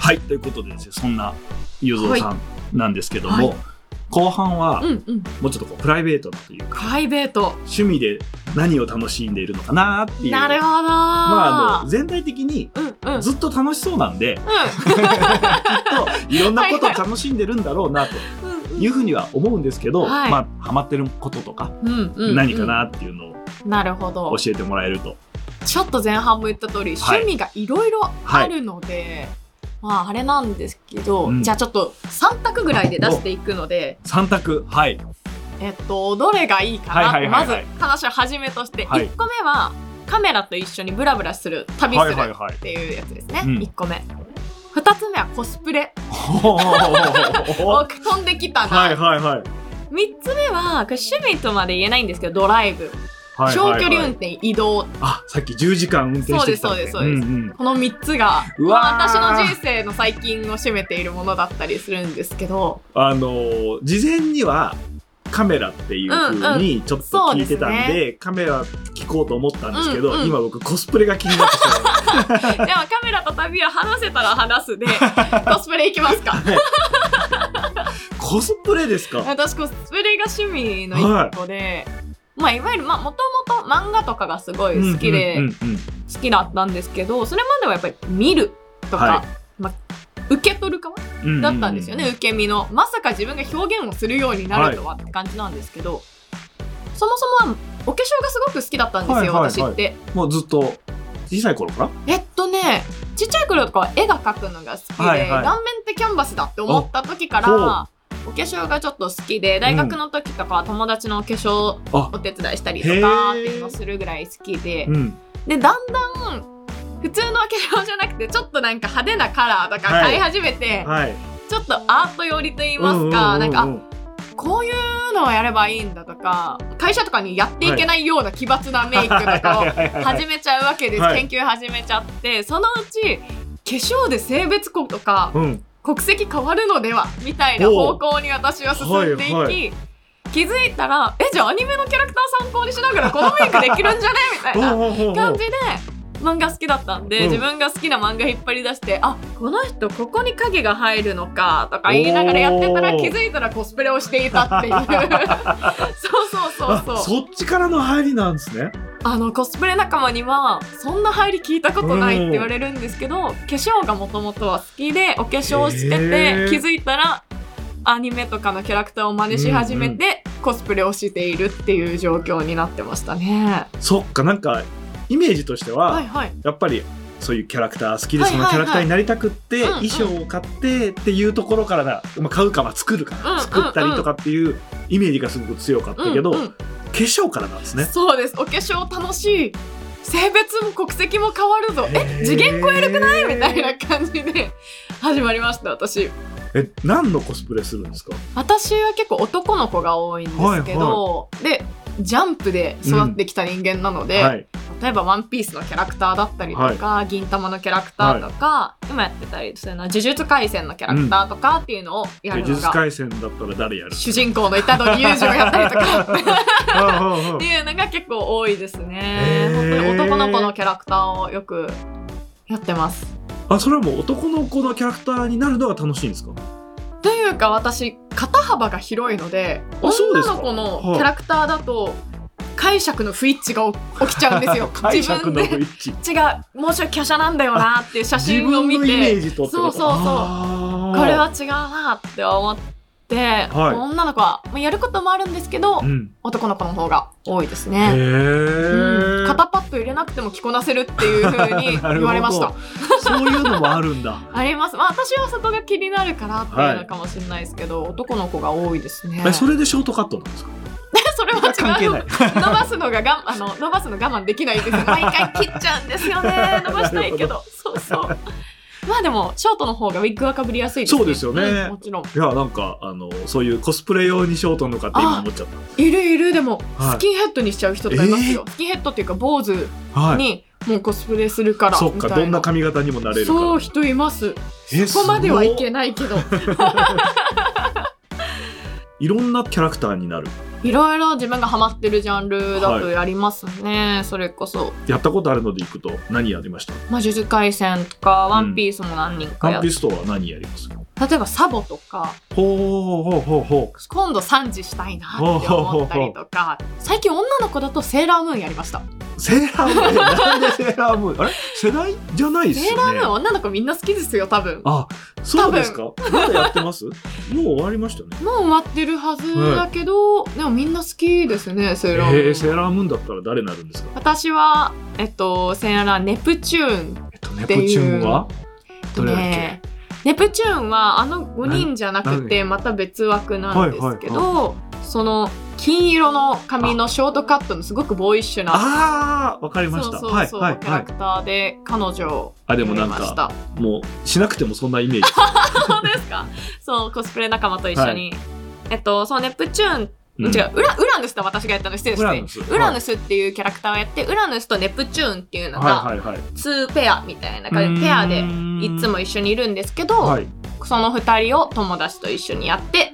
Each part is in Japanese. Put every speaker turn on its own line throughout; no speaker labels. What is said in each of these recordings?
はい、ということでですよそんなゆぞうさんなんですけども、
はい
後半は
うんうん。
もうちょっとこうプライベートという
プ
か
ライベート。
趣味で何を楽しんでいるのかなっていう
なるほど。
まあ、あの全体的に
うんうん。
ずっと楽しそうなん で、
う
きっといろんなことを楽しんでるんだろうなと
んうん
いうふうには思うんですけど、
はい
まあハマってることとか
うんうんうん
何かなっていうの
なるほど
を教えてもらえると、
ちょっと前半も言った通
はい
り、趣味がいろいろあるので、まああれなんですけど、
うん
じゃあちょっと3択ぐらいで出していくので、
三択はい
えっと、どれがいいかな、
はいはいはいはい
まず話を始めとして、
はい
1個目はカメラと一緒にブラブラする旅す
は
る
いはいはい
っていうやつですね、
うん
1個目2つ目はコスプレ
おー
お飛んできたな、
はいはいはい
3つ目はこれ趣味とまで言えないんですけどドライブ、
はいはいはい
長距離運転移動
あさっき10時間運転してきたん
そうですそうですそうです
んん
この3つが
うわー
まあ私の人生の最近を占めているものだったりするんです けど
あのー事前にはカメラっていう風にちょっと
そう
聞
で
い
すね
てたんで,、カメラ聞こうと思ったんですけど、
うんうん
今僕コスプレが気になってしまう
でもカメラと旅は話せたら 話すでコスプレ行きますか
コスプレですか
私コスプレが趣味の一個で、まあいわゆるまあもともと漫画とかがすごい好きで、
うんうんうんうん
好きだったんですけどそれまではやっぱり見るとか、
は
まあ、受け取る側
ううう
だったんですよね、受け身のまさか自分が表現をするようになるとはって感じなんですけど、そもそもはお化粧がすごく好きだったんですよ、
はいはいはい
私って
もうずっと小さい頃から
えっとねちっちゃい頃とかは絵が描くのが好きで、
はいはい
顔面ってキャンバスだって思った時からお化粧がちょっと好きで大学の時とかは友達のお化粧
あ
お手伝いしたりとかっていうのをするぐらい好きで、
うん
でだんだん普通のお化粧じゃなくてちょっとなんか派手なカラーとか買い始めて、
はい
ちょっとアート寄りと言いますか、なんかあこういうのをやればいいんだとか会社とかにやっていけないような奇抜なメイクとかを始
始
めちゃうわけです、
はい
研究始めちゃってそのうち化粧で性別子とか
うん
国籍変わるのではみたいな方向に私は進んでいき、
はいは
気づいたらえじゃあアニメのキャラクター参考にしながらこのメイクできるんじゃねみたいな
ほうほうほうほう
感じで漫画好きだったんで、
うん
自分が好きな漫画引っ張り出してあこの人ここに影が入るのかとか言いながらやってたら
おー
気づいたらコスプレをしていた っていうそうそうそう
あ
そう
そっちからの入りなんですね
あのコスプレ仲間にはそんな入り聞いたことないって言われるんですけど、化粧がもともとは好きでお化粧してて、
へー
気づいたらアニメとかのキャラクターを真似し始めて、コスプレをしているっていう状況になってましたね。
そっかなんかイメージとしては、
はいはい、
やっぱりそういうキャラクター好きで、
はいはいはい
そのキャラクターになりたくって、
うんう
衣
ん
装を買ってっていうところからな、まあ、買うかまあ作るかな、
うんうんうん
作ったりとかっていうイメージがすごく強かったけど、
うんうん
化粧からなんですね。
そうですお化粧楽しい性別も国籍も変わるぞ
へ
え
ー
次元超えるくないみたいな感じで始まりました私
え何のコスプレするんですか
私は結構男の子が多いんですけど、でジャンプで育ってきた人間なので、
はい、
例えば「ワンピースのキャラクターだったりとか、銀魂のキャラクターとか、今やってたりするのは呪術廻戦のキャラクターとかっていうのをや
呪
るの
術
が、
廻戦だったら誰やる
主人公の虎杖裕次郎やったりと
あ
か
あああ
っていうのが結構多いですね
へ。ー
本当に男の子のキャラクターをよくやってます。
あそれはもう男の子のキャラクターになるのが楽しいんですか
というか私肩幅が広いので
あそうで
女
すか。
の子のキャラクターだと解釈の不一致が起きちゃうんです よ
解
自
釈の
分で
不一致
違うもうちょい華奢なんだよなっていう写
自
真を
分
見
のイメ
て
ージとって
そうそうそう
こ
これは違うなって思って、
はい
女の子は、まあ、やることもあるんですけど、
うん、
男の子の方が多いです
へ
ね。う
え
ん肩パッド入れなくても着こなせるっていう風に言われま し
な
た
る。そういうのもあるん だ
あります。まあ私はそこが気になるからっていうのかもしれないですけど、男の子が多いですね。
えそれでショートカットなんですか
それは
関
違
係
う。
な
伸
い
ばすのががあの伸ばすの我慢できない んですよ。毎回切っちゃうんですよね。伸ばしたいけど、そうそう。まあでもショートの方がウィッグはかぶりやすいですね。
そうですよね
うんもちろん。
いやなんかあのそういうコスプレ用にショートのかって今思っちゃっ
いるいるでも、
はい
スキンヘッドにしちゃう人とかいますよ。スキンヘッドっていうか坊主
たはい
にもうコスプレするからみた
そ
い
っ
な。
かどんな髪型にもなれるから
そう人います。
え
そこまではい
すご
けないけど。
いろんなキャラクターになる
いろいろ自分がハマってるジャンルだとやりますね、それこそ
やったことあるのでいくと何やりました
まあ、呪術廻戦とか、ワンピースも何人か
カ
や
ン
っ、
ピストは何やります
例えばサボとか、
ほうほうほうほ
今度3時したいなって思ったりとか、最近女の子だとセーラームーンやりました。
うセーラームーンなんでセーラームーンあ れ世代じゃないです
セー
よ
ラー
ね
ムーン女の子みんな好きですよ、多分。も
あそうですかまだやってますもう終わりましたね
う終わってるはずだけど、でもみんな好きですね、 セーラーム
えー、セ
ーン。
ーラームーンだったら誰になるんですか
私は、えっと、セーラーネプチューン
えっとネプチューンはどれだっけ、
ねネプチューンはあの5人じゃなくてまた別枠なんですけど、
は
その金色の髪のショートカットのすごくボーイッシュな
ああわかり
そ
ま
う
した
そうそう、
はいはい
キャ
は
ラクターで彼女を
あで
やり
もなん
まし
か
た
もうしなくてもそんなイメージ
そうですかそうコスプレ仲間と一緒に、えっとそのネプチューン 違
ん
う、ウラウラヌスだ私がやったの失礼し
ウ
て
ラヌス
ウラヌスっていうキャラクターをやって、ウラヌスとネプチューンっていうの
は
が
いはいはい
2ペアみたいな感じでペアでいつも一緒にいるんですけど、
はい
その二人を友達と一緒にやって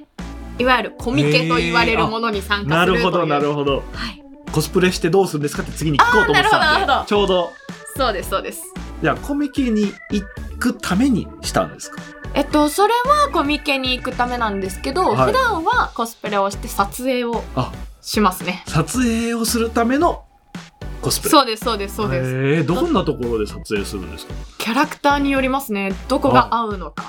いわゆるコミケと言われるものに参加
な
するとい
る
う、
ほどなるほど
はい
コスプレしてどうするんですかって次に聞こうと思って
あーなるほどな
た
る
んで
ほど
ちょうど
そうですそうです
いやコミケに行くためにしたんですか
えっとそれはコミケに行くためなんですけど、
はい
普段はコスプレをして撮影を
あ
しますね
撮影をするためのコスプレ
そうですそうですそうです、
えー、どんなところで撮影するんですか
キャラクターによりますねどこが合うのか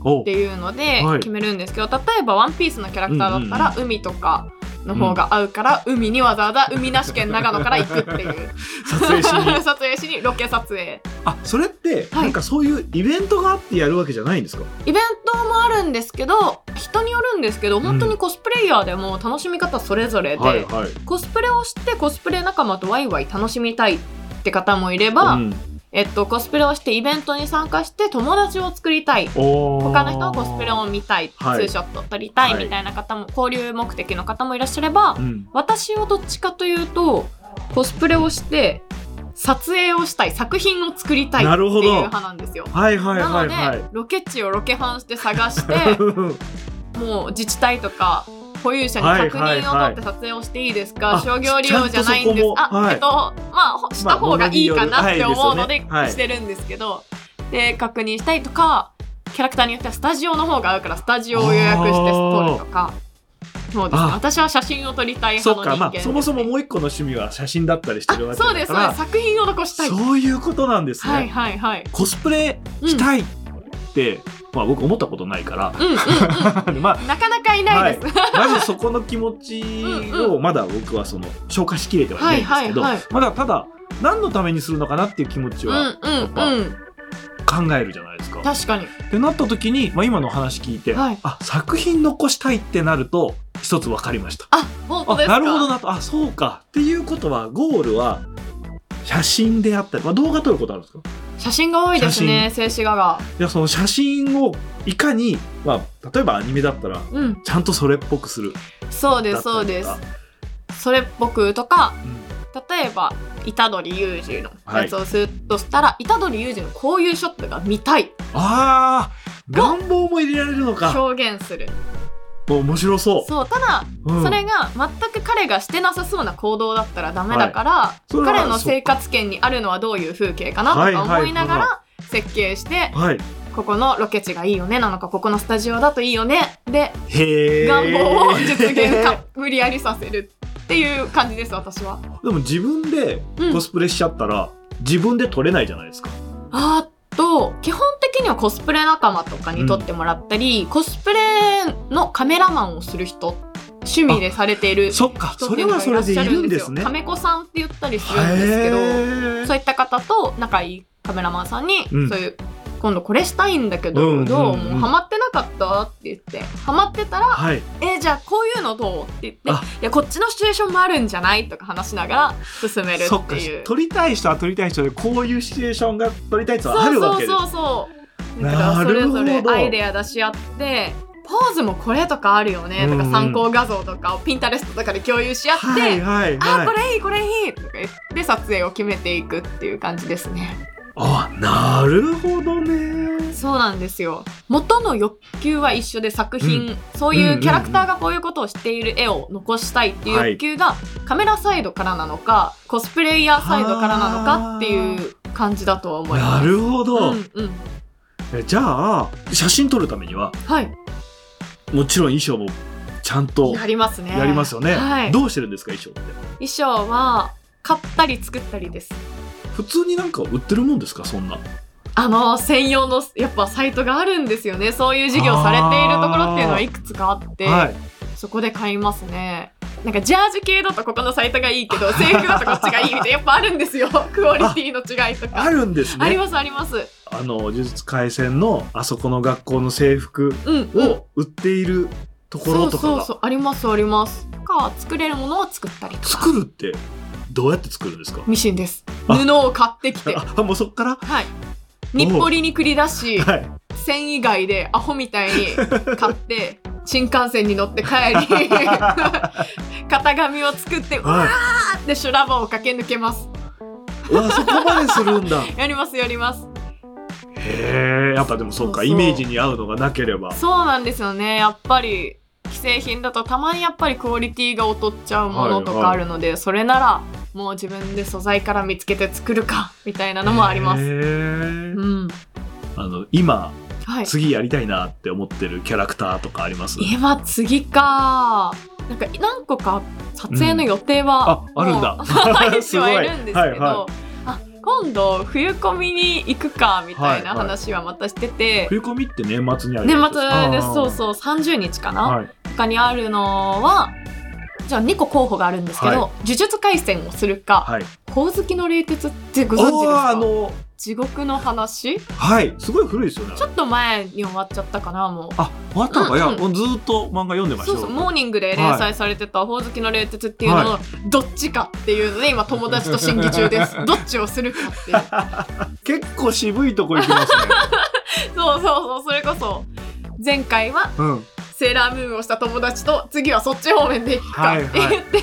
お
っていうので
はい
決めるんですけど、例えば「ワンピースのキャラクターだった
う
ら海とかの方が合うから、海にわざわざ海なし県長野から行くっていう
撮影し に
撮影しにロケ撮影
あそれって、
は
な
い
んかそういうイベントがあってやるわけじゃないんですか
イベントもあるんですけど人によるんですけど本当にコスプレイヤーでも楽しみ方それぞれで、
はいはい
コスプレをしてコスプレ仲間とワイワイ楽しみたいって方もいれば、
うん、
えっと、コスプレをしてイベントに参加して友達を作りたい他
他
の人のコスプレを見たいツ
はい
ーショット撮りたい
はい
みたいな方も、交流目的の方もいらっしゃれば、
うん
私はどっちかというとコスプレをして撮影をしたい作品を作りたいって
な
いう
るほど
派なんですよ。
はいはい
な
は
の
い
で、
はい
ロケ地をロケハンして探 してもう自治体とか保有者に確認を取って撮影をしていいですか、
はいはいはい
商業利用じゃないん
あちゃんとそ
です
こも
あ、
はい
えっとまあほした方がいいかなって思
まあも
うので
のによるはい
してるんですけど、で確認したいとかキャラクターによってはスタジオの方が合うからスタジオを予約して撮るとかそうですね
あ
私は写真を撮りたい
そ
派
っ
の
かまあ
人間です
そもそももう一個の趣味は写真だったりしてるわけだ
そ
か
うですそうで
ら
す作品を残したい、
そういうことなんですね、
はいはいはい
コスプレ
うん
したいって、まあ僕思ったことない から
うんうんうん、
でまあ
なかなかいないです、
まずそこの気持ち
うん
をまだ僕はその消化しきれてはいないんですけど、
はいはいはい
まだただ何のためにするのかなっていう気持ち
う
は
んうんうん
考えるじゃないですか。
確かに
ってなった時に、まあ、今のお話聞いて、
はい
あ作品残したいってなると一つ分かりました。
あ本当
あ
ですか
なるほどなとあそうかっていうことはゴールは写真であったり、まあ、動画撮ることあるんですか
写真が多いですね静止画が
いやその写真をいかに、まあ、例えばアニメだったら
うん
ちゃんとそれっぽくする
そうで
だ
す
った
そ
り
うで
と
す
か。
それっぽくとか
うん
例えば虎杖悠仁のやつをスーッとしたら虎杖悠仁のこういうショットが見たい
あー願望も入れられるのか
表現する
面白そう
そうただ、
うん
それが全く彼がしてなさそうな行動だったらダメだから、
それは
彼の生活圏にあるのはどういう風景かなとか思いなが
はい
ら設計して
はい
ここのロケ地がいいよねなのかここのスタジオだといいよねで
へえ
願望を実現か無理やりさせるっていう感じです私は。
でも自分で
うん
コスプレしちゃったら、自分で撮れないじゃないですか
あと基本的にはコスプレ仲間とかに撮ってもらったり、コスプレのカメラマンをする人趣味でされている人
そっか
っ
そ
てい
れ
うの
は
が
そ
いら
れ
っ
で
しゃ
い
る
る
ん
ん
で
ですす
よ。
ね
カメ子さんって言ったりするんですけど。
へー
そういった方と仲いいカメラマンさんに、
うん
そういう今度これしたいんだけど、
うんうんうん
どうもうハマってなかったって言ってハマってたら
はい
「えじゃあこういうのどう?」って言っ
あ
て「いやこっちのシチュエーションもあるんじゃない?」とか話しながら 進める
そっ
って
か
いう。
撮りたい人は撮りたい人でこういうシチュエーションが撮りたい人はあ
そう
るわ
そう
けです
そうそうだから
な
そ
る
れ
ほど
ぞれアイデア出し合ってポーズもこれとかあるよねと
うん
か
うん
参考画像とかをピンタレストとかで共有し合って、
はいはい
あ
はい
ーこれいいこれいいとか言って撮影を決めていくっていう感じですね。
あなるほどね
そうなんですよ元の欲求は一緒で作品、そういうキャラクターがこういうことをしている絵を残したいっていう欲求がカメラサイドからなのかコスプレイヤーサイドからなのかっていう感じだとは思います。
なるほど、
うんうん、
えじゃあ写真撮るためには
はい
もちろん衣装もちゃんと
やりますね。
やりますよね、
はい、
どうしてるんですか衣装って
衣装は買ったり作ったりです。
普通になんか売ってるもんですかそんな
あの専用のやっぱサイトがあるんですよね。そういう事業されているところっていうのはいくつかあって、
はい
そこで買いますね。なんかジャージ系だとここのサイトがいいけ ど制服だとこっちがいいみたいなやっぱあるんです よクオリティの違いとか
あるんですね
ありますあります
あの呪術廻戦のあそこの学校の制服
うんうん
を売っているところとか
そうそう
が
そうありますありますとか作れるものを作ったりとか
作るってどうやって作るんですか
ミシンです
あ
布を買ってきては
あもうそっから
い日暮里に繰り出し
はい
繊維街でアホみたいに買って新幹線に乗って帰 り型紙を作ってうわ
は
ーって修羅場を駆け抜けます
い、うわそこまでするんだ
やりますやります
へえやっぱでもそうか
そうそ
イ
う
メージに合うのがなければ
そうなんですよねやっぱり既製品だとたまにやっぱりクオリティが劣っちゃうもの
は
と
いは
か
い
あるので、それならもう自分で素材から見つけて作るか みたいなのもありま
へ
す。
え
うん、
あの今
はい
次やりたいなって思ってるキャラクターとかあります
今次かなんか何個か撮影の予定は、
ああるんだ
もう入ってはいるんですけど、
すごいはいは
あ今度冬コミに行くかみたいな
はいはい
話はまたしてて、
冬コミって年末にある
年末ですそう
う
そう30日かな、
はい
他にあるのはじゃあ2個候補があるんですけど、
はい
呪術廻戦をするか
はい
「光月の冷徹」ってご
お
存知です
ー
か
あの
地獄の話
はいすごい古いですよね
ちょっと前に終わっちゃったかなもう。
あ終わったのか、
うんうん
いやずーっと漫画読んでました
そう
よ
そうモーニングで連載されてた「宝月の冷徹」っていうののどっちかっていうので今友達と審議中です どっちをするかっていう
結構渋いとこ行きますね
そうそうそうそれこそ前回は
うん
セーラームーンをした友達と次はそっち方面で行くかって言って、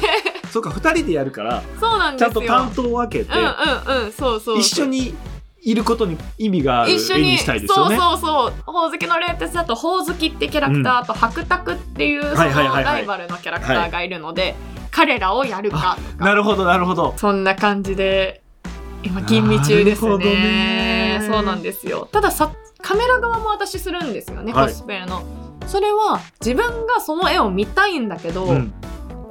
そうか2人でやるから
そうなん
ち
で
ゃん
すよ
と担当を分けて、
うんうんうんそうそうそう
一緒にいることに意味がある絵
一緒に
にしたいですよね。
そうそうそう宝月の冷徹だと宝月ってキャラクターと白卓っていう、そ
はいはいはい
の
はい
ライバルのキャラクターがいるので、彼らをやるかとか
なるほどなるほど。
そんな感じで今吟味中です
なる
ね
ほどね
そうなんですよたださカメラ側も私するんですよね、
はい
コスプレのそれは自分がその絵を見たいんだけど、
うん、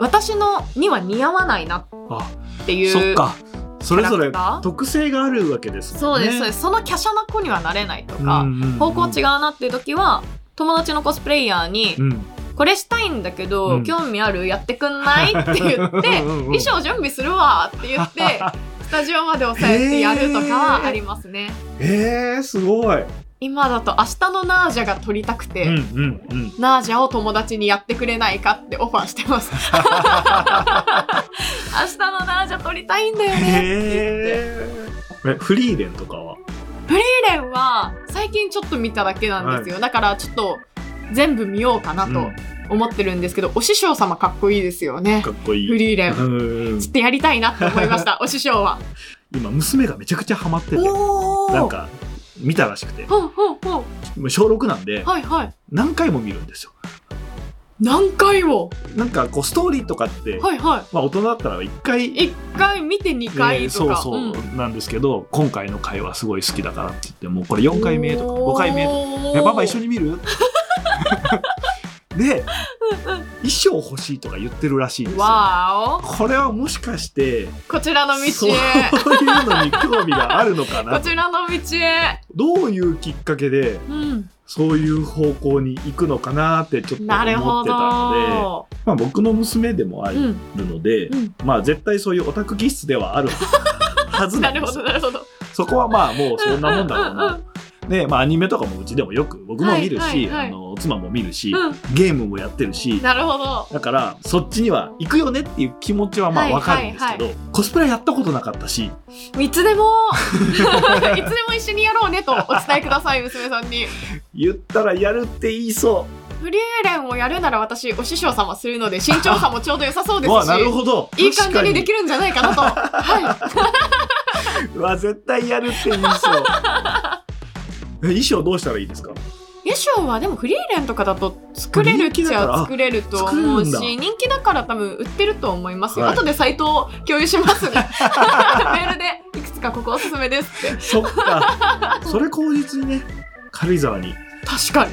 私のには似合わないな
あ
っていう
そっかそれぞ
キャラク
れ
ター
特性があるわけです
そ
も
うんで
ね。
す、そうですその華奢な子にはなれないとか、
うんうんうん
方向違うなっていう時は友達のコスプレイヤーに
うん
「これしたいんだけど、
うん
興味あるやってくんない?」って言って
うんうんうん
「衣装準備するわ」って 言ってスタジオまで押さえてやるとかはありますね。
えー、すごい。
今だと明日のナージャが撮りたくて、
うんうんうん。
ナージャを友達にやってくれないかってオファーして ます。明日のナージャ撮りたいんだよねって言って。
へーえフリーレンとかは
フリーレンは最近ちょっと見ただけなんですよ。だからちょっと全部見ようかなと。
うん
思ってるんですけど、お師匠様かっこいいですよね
か。っこいい。
フリーレン。
うん
ちょっとやりたいなって思いました、お師匠は。
今娘がめちゃくちゃハマってて
お
なん。か見たらしくて
ほうほうほう。
もう小6なんで
はいはい。
何回も見るんですよ。
何回も。
なんかこうストーリーとかって、
はいは
まあ大人だったら一回
い。一回見て二
ね
回と
そう
か。
そう、
ん
なんですけど今回の回はすごい好きだからって言ってもうこれ4回目とか
おー
5回目とか「えパパ一緒に見る? 」 で衣装欲しいとか言ってるらしいんですよ。
わー
これはもしかして
お。こちらの
そ
道
ういう
へ。
のに興味があるのか
こ
な
ちらの道へ。
どういうきっかけで
うん。
そういう方向に行くのかなってちょっと思
なる
っ
ほ
てたんで、
ど。
まあ、僕の娘でもあ
う
る
ん。
ので、
うん。
まあ絶対そういうオタク気質ではあるはずなで
なんる
すよ
ほど、なるほど。
そこはまあもうそんなもんだろう
うんうんう
な。で、まあアニメとかもうちでもよく僕も見るし、
はいはいはい
あの妻も見るし、
うん
ゲームもやってるし、
なるほど。
だからそっちには行くよねっていう気持ちはまあわかるんですけど、
は
コスプレやったことなかったし、
いつでも、 いつでも一緒にやろうねとお伝えください、娘さんに。
言ったらやるって言いそ
フリーレンをやるなら私お師匠様するので身長差もちょうど良さそ う
う。
で
うわ、
す
なる
し
ほど。
いい感じにでき
る。
るんじゃないかなと は
うわ、絶対やるって言いそう。え衣装どうしたらいいですか
衣装はでもフリーレンとかだと作れるっちゃ作れると思うし
人気だからあ作るん
人気だから多分売ってると思いますよ、
はい
後でサイトを共有し ますねメールでいくつかここおすすめですって
そっか それ口実にね軽井沢に
確かに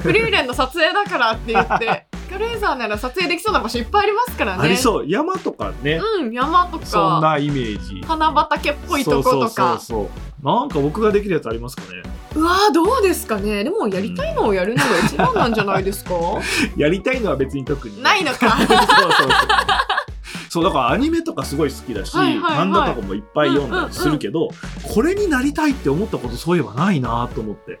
フリーレンの撮影だからって言って軽井沢なら撮影できそうな場所いっぱいありますからね
ありそう山とかね、
うん山と
そん
か
なイメージ
花畑っぽいとこと
そうそう
か
そうそうなんか僕ができるやつありますか ね
うわーどうですかねでもやりたいのをやるのが一番なんじゃないですか
やりたいのは別に特に
ないのか
そう そうそうそうだからアニメとかすごい好きだし、
はいはいはい
漫画とかもいっぱい読んだりするけど、これになりたいって思ったことそういえばないなと思って
好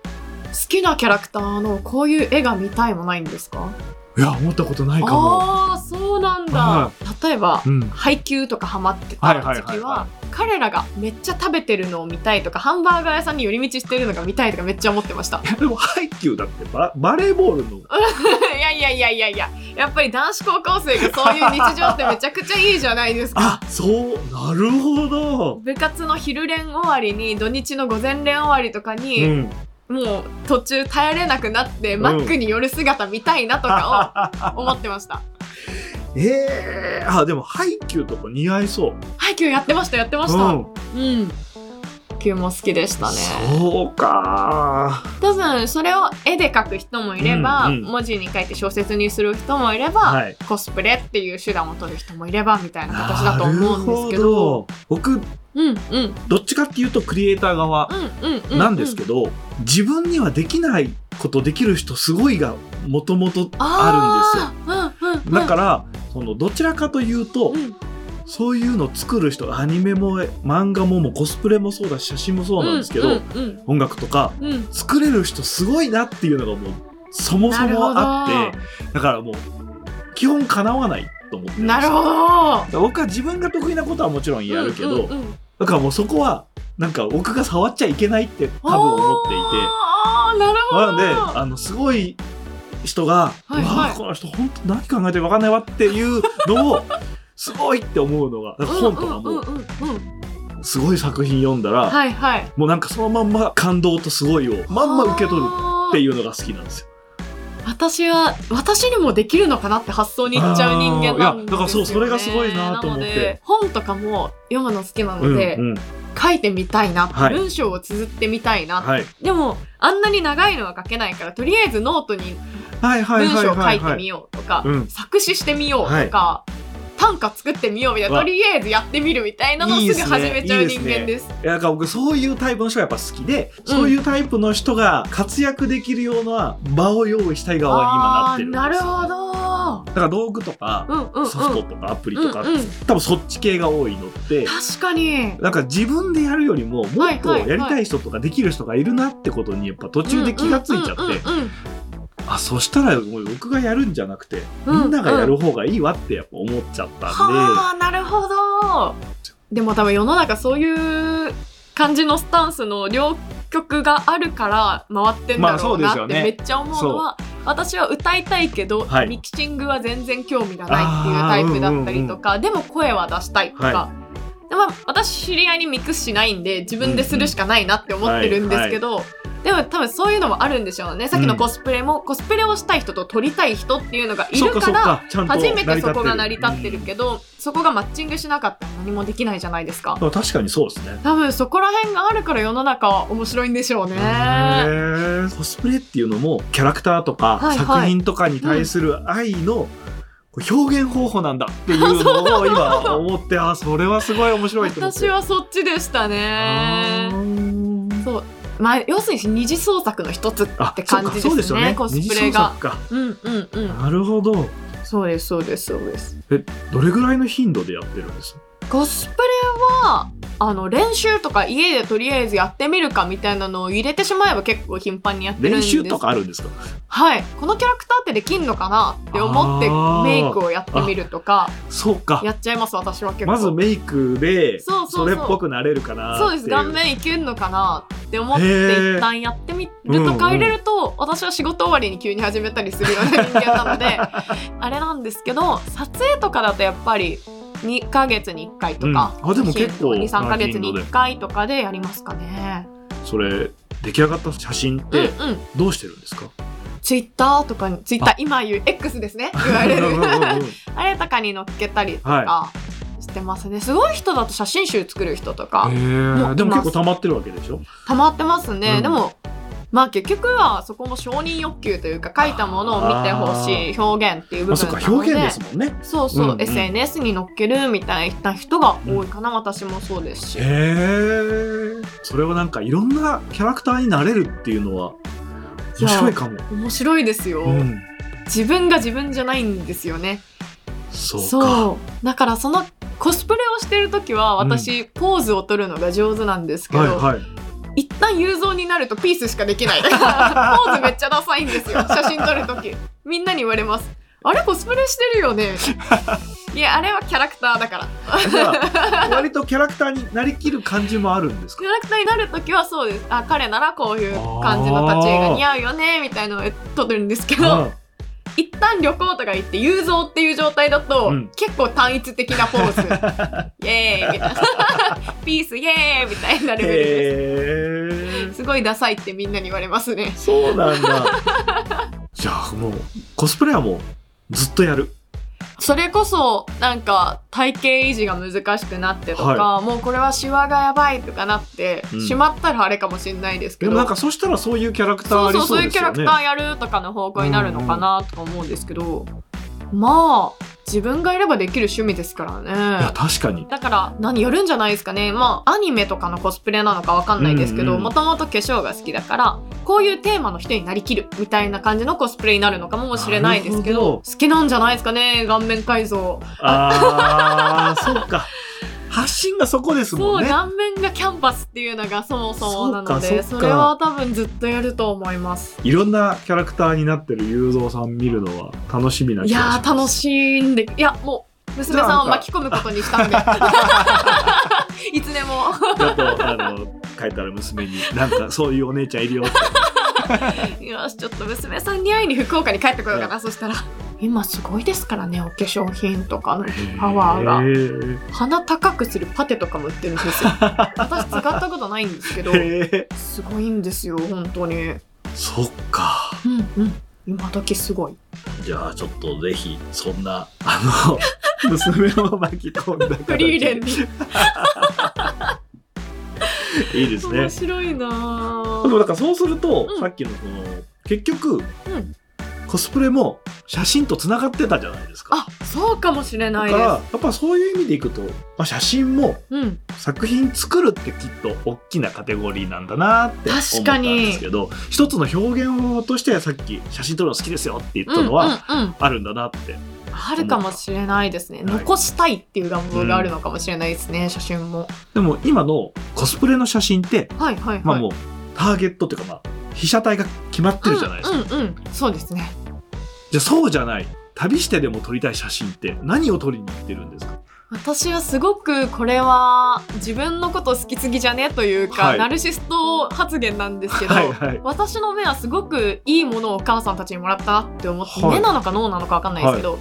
きなキャラクターのこういう絵が見たいもないんですか
いや思ったことないかも、
ああーそうなんだ、
は
例えば
うん、
配給とかハマってた
はいはいはい
時
はい
は彼らがめっちゃ食べてるのを見たいとかハンバーガー屋さんに寄り道してるのが見たいとかめっちゃ思ってました
でもハイキューだってババレーボールの
いやいやいやいやいややっぱり男子高校生がそういう日常ってめちゃくちゃいいじゃないです
あ
か
そうなるほど、
部活の昼練終わりに土日の午前練終わりとか
う
に、
ん、
もう途中耐えれなくなって、
うん
マックに寄る姿見たいなとかを 思ってました
えー、あでもハイキューとか似合いそう
配給やってましたやってました、
うん
うん。球も好きでしたね。
そうか
多分それを絵で描く人もいれば、
うんうん
文字に書いて小説にする人もいれば、
はい
コスプレっていう手段を取る人もいればみたいな形だと思うんですけど。
なるほ僕
うんうんうん
どっちかっていうとクリエイター側
うんうん。
なんですけ
ど。
ど、自分にはできないことできる人すごいがもともとあるんですよ
ですよ。うんうんうん、
だから、そのどちらかというと、
うん
そういうの作る人アニメも漫画ももうコスプレもそうだし写真もそうなんですけど、
うんうん
音楽とか
うんうん
作れる人すごいなっていうのがもうそもそもあっ
なるほ
てだからもう基本かなわないと思って
なるほ
ど
ど。
僕は自分が得意なことはもちろんやるけど、
うんうんうん
だからもうそこはなんか僕が触っちゃいけないって多分思っていて。
あーなるほ
な
ど。
のであのすごい人が「
はいはいう
わあこの人本当何考えてるか分かんないわ」っていうのをすごいって思うのがだから本とか
うんう
も
んうんうん
すごい作品読んだら、
はいはい。
もうなんかそのまんま感動とすごいをまんま受け取るっていうのが好きなんですよ。
私は私にもできるのかなって発想にいっちゃう人間なん
あーい
ですよ、ね、
やだからそうそれがすごいなと思って
なので本とかも読むの好きなので、
うんうん
書いてみたいな、
はい
文章を綴ってみたいな、
はい、
でもあんなに長いのは書けないからとりあえずノートに
はいはい
文
はい
章を書
はいい
て
は
み
い
ようとか、
うん
作詞してみようとか、短歌作ってみようみたいな
わ
とりあえずやってみるみたいなのをすぐ始めちゃうい
いです
人
ねいいですね
間です。
いやだから僕そういうタイプの人がやっぱ好きで、そういうタイプの人が活躍できるような場を用意したい側に今なってるんですよ
あーなるほど。
だから道具とか、
うんうんうん。
ソフトとかアプリとか、
うんうん
多分そっち系が多いのって
確かに。
なんか自分でやるよりももっと
はいはいはい
やりたい人とかできる人がいるなってことにやっぱ途中で気がついちゃって、
うんうんうんうん
あそしたらもう僕がやるんじゃなくて、
うん
みんながやる方がいいわってやっぱ思っちゃったんで、
はあなるほどでも多分世の中そういう感じのスタンスの両極があるから回ってん
ま
だ
あそ
ろう
うです
な
よ
っ
ね
てめっちゃ思うのは、私は歌いたいけど、
はい
ミキシングは全然興味がないっていうタイプだったりとか、でも声は出したいとか。
は
でまあ私知り合いにミクスしないんで自分でするしかないなって思ってるんですけど、でも多分そういうのもあるんでしょうねさっきのコスプレも、コスプレをしたい人と撮りたい人っていうのがい
そっ
る
かそ
か
っ
ら
かちゃんと
初めてそこが成り立って
る
るけど、そこがマッチングしなかったら何もできないじゃないですか
うん確かにそうですね
多分そこら辺があるから世の中は面白いんでしょうね
へーコスプレっていうのもキャラクターとか
はいはい
作品とかに対する愛のこう表現方法なんだっていうのを今思 ってあそれはすごい面白いと思って
私はそっちでした
あ
ね
ー
そうまあ要するに二次創作の一つっ
あ
て感じですね
そうかそうですよね
コスプ
二
レが
次創作か
うんうんうん
なるほど
そうですそうですそうです
どれぐらいの頻度でやってるんです
コスプレはあの練習とか家でとりあえずやってみるかみたいなのを入れてしまえば結構頻繁にやってるんで
練
すけど
習とかあるんですか
はい、このキャラクターってできんのかなって思って
あー
メイクをやってみるとか
そうか
やっちゃいます私は結構
まずメイクで
そうそうそ
そうれっぽくなれるかな
そうです顔
顔面
面いけんのかなって思って
へー
一旦やってみるとか入れると、私は仕事終わりに急に始めたりするような人間な のであれなんですけど撮影とかだとやっぱり2ヶ月に1回とか、
うんあでも結構
23ヶ月に
な頻度で
1回とかでやりますかね。
それ出来上がった写真って
うんうん、
どうしてるんですか、
ツイッターとかにツイッター
あ
今言う X ですね言われ
うんうんう
る
ん
あれとかに乗っけたりとかしてますね、すごい人だと写真集作る人とか
へ
も
ー
う
でも結構溜まってるわけでしょ
溜まってますね、
うん
でもまあ結局はそこも承認欲求というか書いたものを見てほしい表現っていう部
あそ
分
っ
な
か
ので
表現ですもんね
そうそう、
うんうん
SNS に載っけるみたいな人が多いかな、私もそうですし、
へえそれはなんかいろんなキャラクターになれるっていうのは面白いかも、
面白いですよ、
うん、
自分が自分じゃないんですよね
そうか
だからそのコスプレをしてる時は私、ポーズを取るのが上手なんですけど、
はいはい
一旦雄三になるとピースしかできない ポーズめっちゃダサいんですよ写真撮る時みんなに言われますあれコスプレしてるよね いやあれはキャラクターだから
じゃあ割とキャラクターになりきる感じもあるんです
キ
か
ャラクターになる時はそうですあ彼ならこういう感じの立ち絵が似合うよねみたいなのを撮るんですけど一旦旅行とか行って雄三っていう状態だと、
うん
結構単一的な ポーズイエーイみたいな ピースイエーイみたいな
うん
レベルで
へえ
すすごいダサいってみんなに言われますね
そうなんだ じゃあもうコスプレはもうずっとやる
それこそなんか体型維持が難しくなってとか、もうこれはシワがやばいとかなって、
うん
しまったらあれかもしれないですけ
で
ど
もなんかそしたらそういうキャラクター
そ
あ
う
り
そう
そ
そう
う
いう
で
キ
す
ャラ
よ
ク
ね
ターやるとかの方向になるのかなとか思うんですけど、まあ自分がいればできる趣味ですから
いや
ね。
確かに
だから何やるんじゃないですかねまあアニメとかのコスプレなのかわかんないですけ
うん
ど
うん
もともと化粧が好きだからこういうテーマの人になりきるみたいな感じのコスプレになるのかもしれないですけ
なるほ
ど
ど
好きなんじゃないですかね顔面改造
ああ そうか発信がそこですもん
そう
ね
顔面がキャンパスっていうのがそもそもなの
そう
で
かそ
そう
か
れは多分ずっとやると思います
いろんなキャラクターになってる雄三さん見るのは楽しみない気がし
や
ます
ー楽しんでいやもう娘さんを巻き込むことにしたんで いつでも
ちょっとあの帰ったら娘になんかそういうお姉ちゃんいるよって
よしちょっと娘さんに会いに福岡に帰ってこようかな、そしたら今すごいですからねお化粧品とかのパワーが
が
鼻高くするパテとかも売ってるんですよ私使ったことないんで すけど
へえ
すごいんですよ本当にうん
そっか
うん今時すごい
じゃあちょっとぜひそんなあの 娘を巻き込んだ
フ
形
リーレンに
いいですね
面白いな
でも
ぁ
だからそうすると、
うん
さっきのその結局、
ん
コスプレも写真とつながってたじゃないですか
あそうかもしれな
だ
い
か
で
ら
す
やっぱそういう意味でいくと、まあ、写真も
うん
作品作るってきっと大きなカテゴリーなんだなって思
確
っ
か
たん
に
ですけど一つの表現方法としてさっき写真撮るの好きですよって言ったのは
うんうんうん
あるんだなって、
あるかもしれないですね
い
残したいっていう願望があるのかもしれないですね、写真も
でも今のコスプレの写真って、
はいはいはい
まあもうターゲットっていうかまあ被写体が決まってるじゃないですか、
うんうんうんそうですね
じゃあそうじゃない旅してでも撮りたい写真って何を撮りに行ってるんですか
私はすごくこれは自分のこと好きすぎじゃねというか、
はい
ナルシスト発言なんですけ ど、
はいはい
私の目はすごくいいものをお母さんたちにもらったなって思って、
はい
目なのか脳なのか分かんないですけど、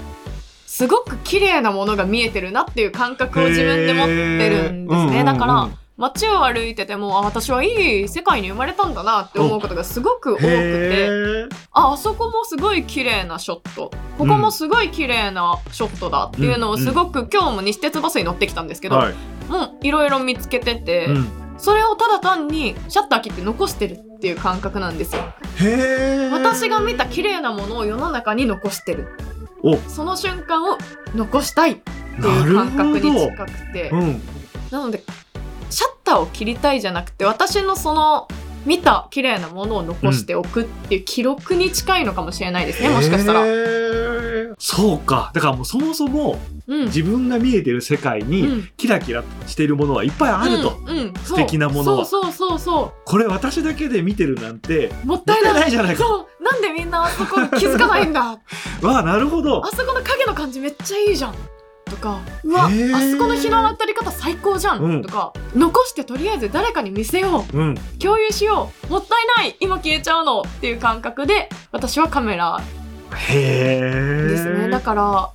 すごく綺麗なものが見えてるなっていう感覚を自分で持ってるんですね、
へー
だか
うんうんう
ら
ん
街を歩いててもあ私はいい世界に生まれたんだなって思うことがすごく多くて。
へー
ああそこもすごい綺麗なショットここもすごい綺麗なショットだっていうのをすごく、今日も西鉄バスに乗ってきたんですけど、
はい、
もういろいろ見つけてて、
うん、
それをただ単にシャッター切って残してるっていう感覚なんですよ
へー
私が見た綺麗なものを世の中に残してる
お
その瞬間を残したいって
ないる
う
ほど
感覚に近くて
う
なんのでシャッターを切りたいじゃなくて私のその見た綺麗なものを残しておくっていう記録に近いのかもしれないですね、もしかしたら。
へーそうかだからもうそもそも
うん
自分が見えてる世界
う
に
ん
キラキラしているものはいっぱいあると、
うんうん
素敵なものは
そうそうそうそ
これ私だけで見てるなんて
うも
も
った
っ
い
たい
ない
ないじゃないか
そうなんでみんなあそこ気づかない んだ
わあなるほど
あそこの影の感じめっちゃいいじゃんとかうわあ
へー
そこの日の当たり方最高じゃん、
うん
とか残してとりあえず誰かに見せよ
うん
う共有しようもったいない今消えちゃうのっていう感覚で私はカメラ
へえ
ですねだから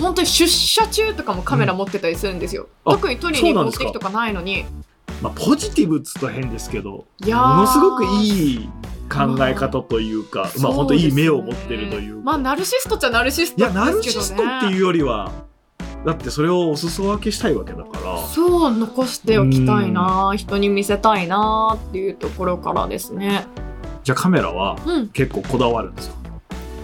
本当に出社中とかもカメラ持ってたりするんですよ、
うんあ
特に取り
そ
に
うな
行
んです
く
か
目的とかないのに
まあ、ポジティブっつうと変ですけど
いや
も
ー
のすごくいい考え方というか、まあ本当いい目を持ってるという
ま
か
あナルシストっちゃナルシス
い
ト
や
ですけど
ナ
ね
ルシストっていうよりはだってそれをお裾分けしたいわけだから
そう残しておきたいな人に見せたいなっていうところからですね
じゃあカメラは
うん
結構こだわるんですよ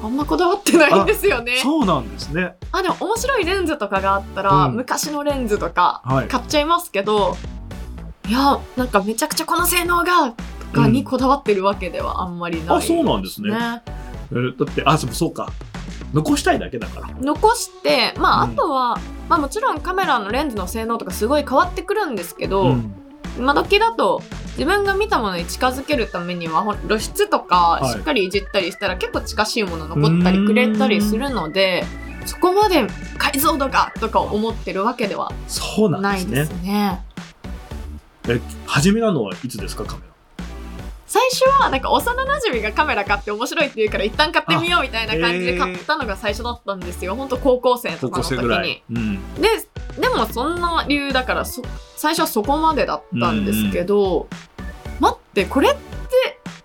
あんまこだわってないんですよね
そうなんですね
あでも面白いレンズとかがあったら、
うん
昔のレンズとか
はい
買っちゃいますけどいやなんかめちゃくちゃこの性能がとかにこだわってるわけではあんまりない、
あそうなんですねえーだってあそうそうか残したいだけだから
残してまああ
うん
とは、まあもちろんカメラのレンズの性能とかすごい変わってくるんですけど、
ん
今時だと自分が見たものに近づけるためにはほん露出とか
はい
しっかりいじったりしたら結構近しいもの残ったりくれたりするのでそこまで解像度がとか思ってるわけでは
そうなん
な
で
い
す
で
ね
すね。
え始めなのはいつですかカメ
最初はなんか幼なじみがカメラ買って面白いって言うから一旦買ってみようみたいな感じで買ったのが最初だったんですよ、ほんと高校生
ラ
と
高
か
校
の時
生ぐら
に
い。、うん、
ででもそんな理由だからそ最初はそこまでだったんですけど、待ってこれって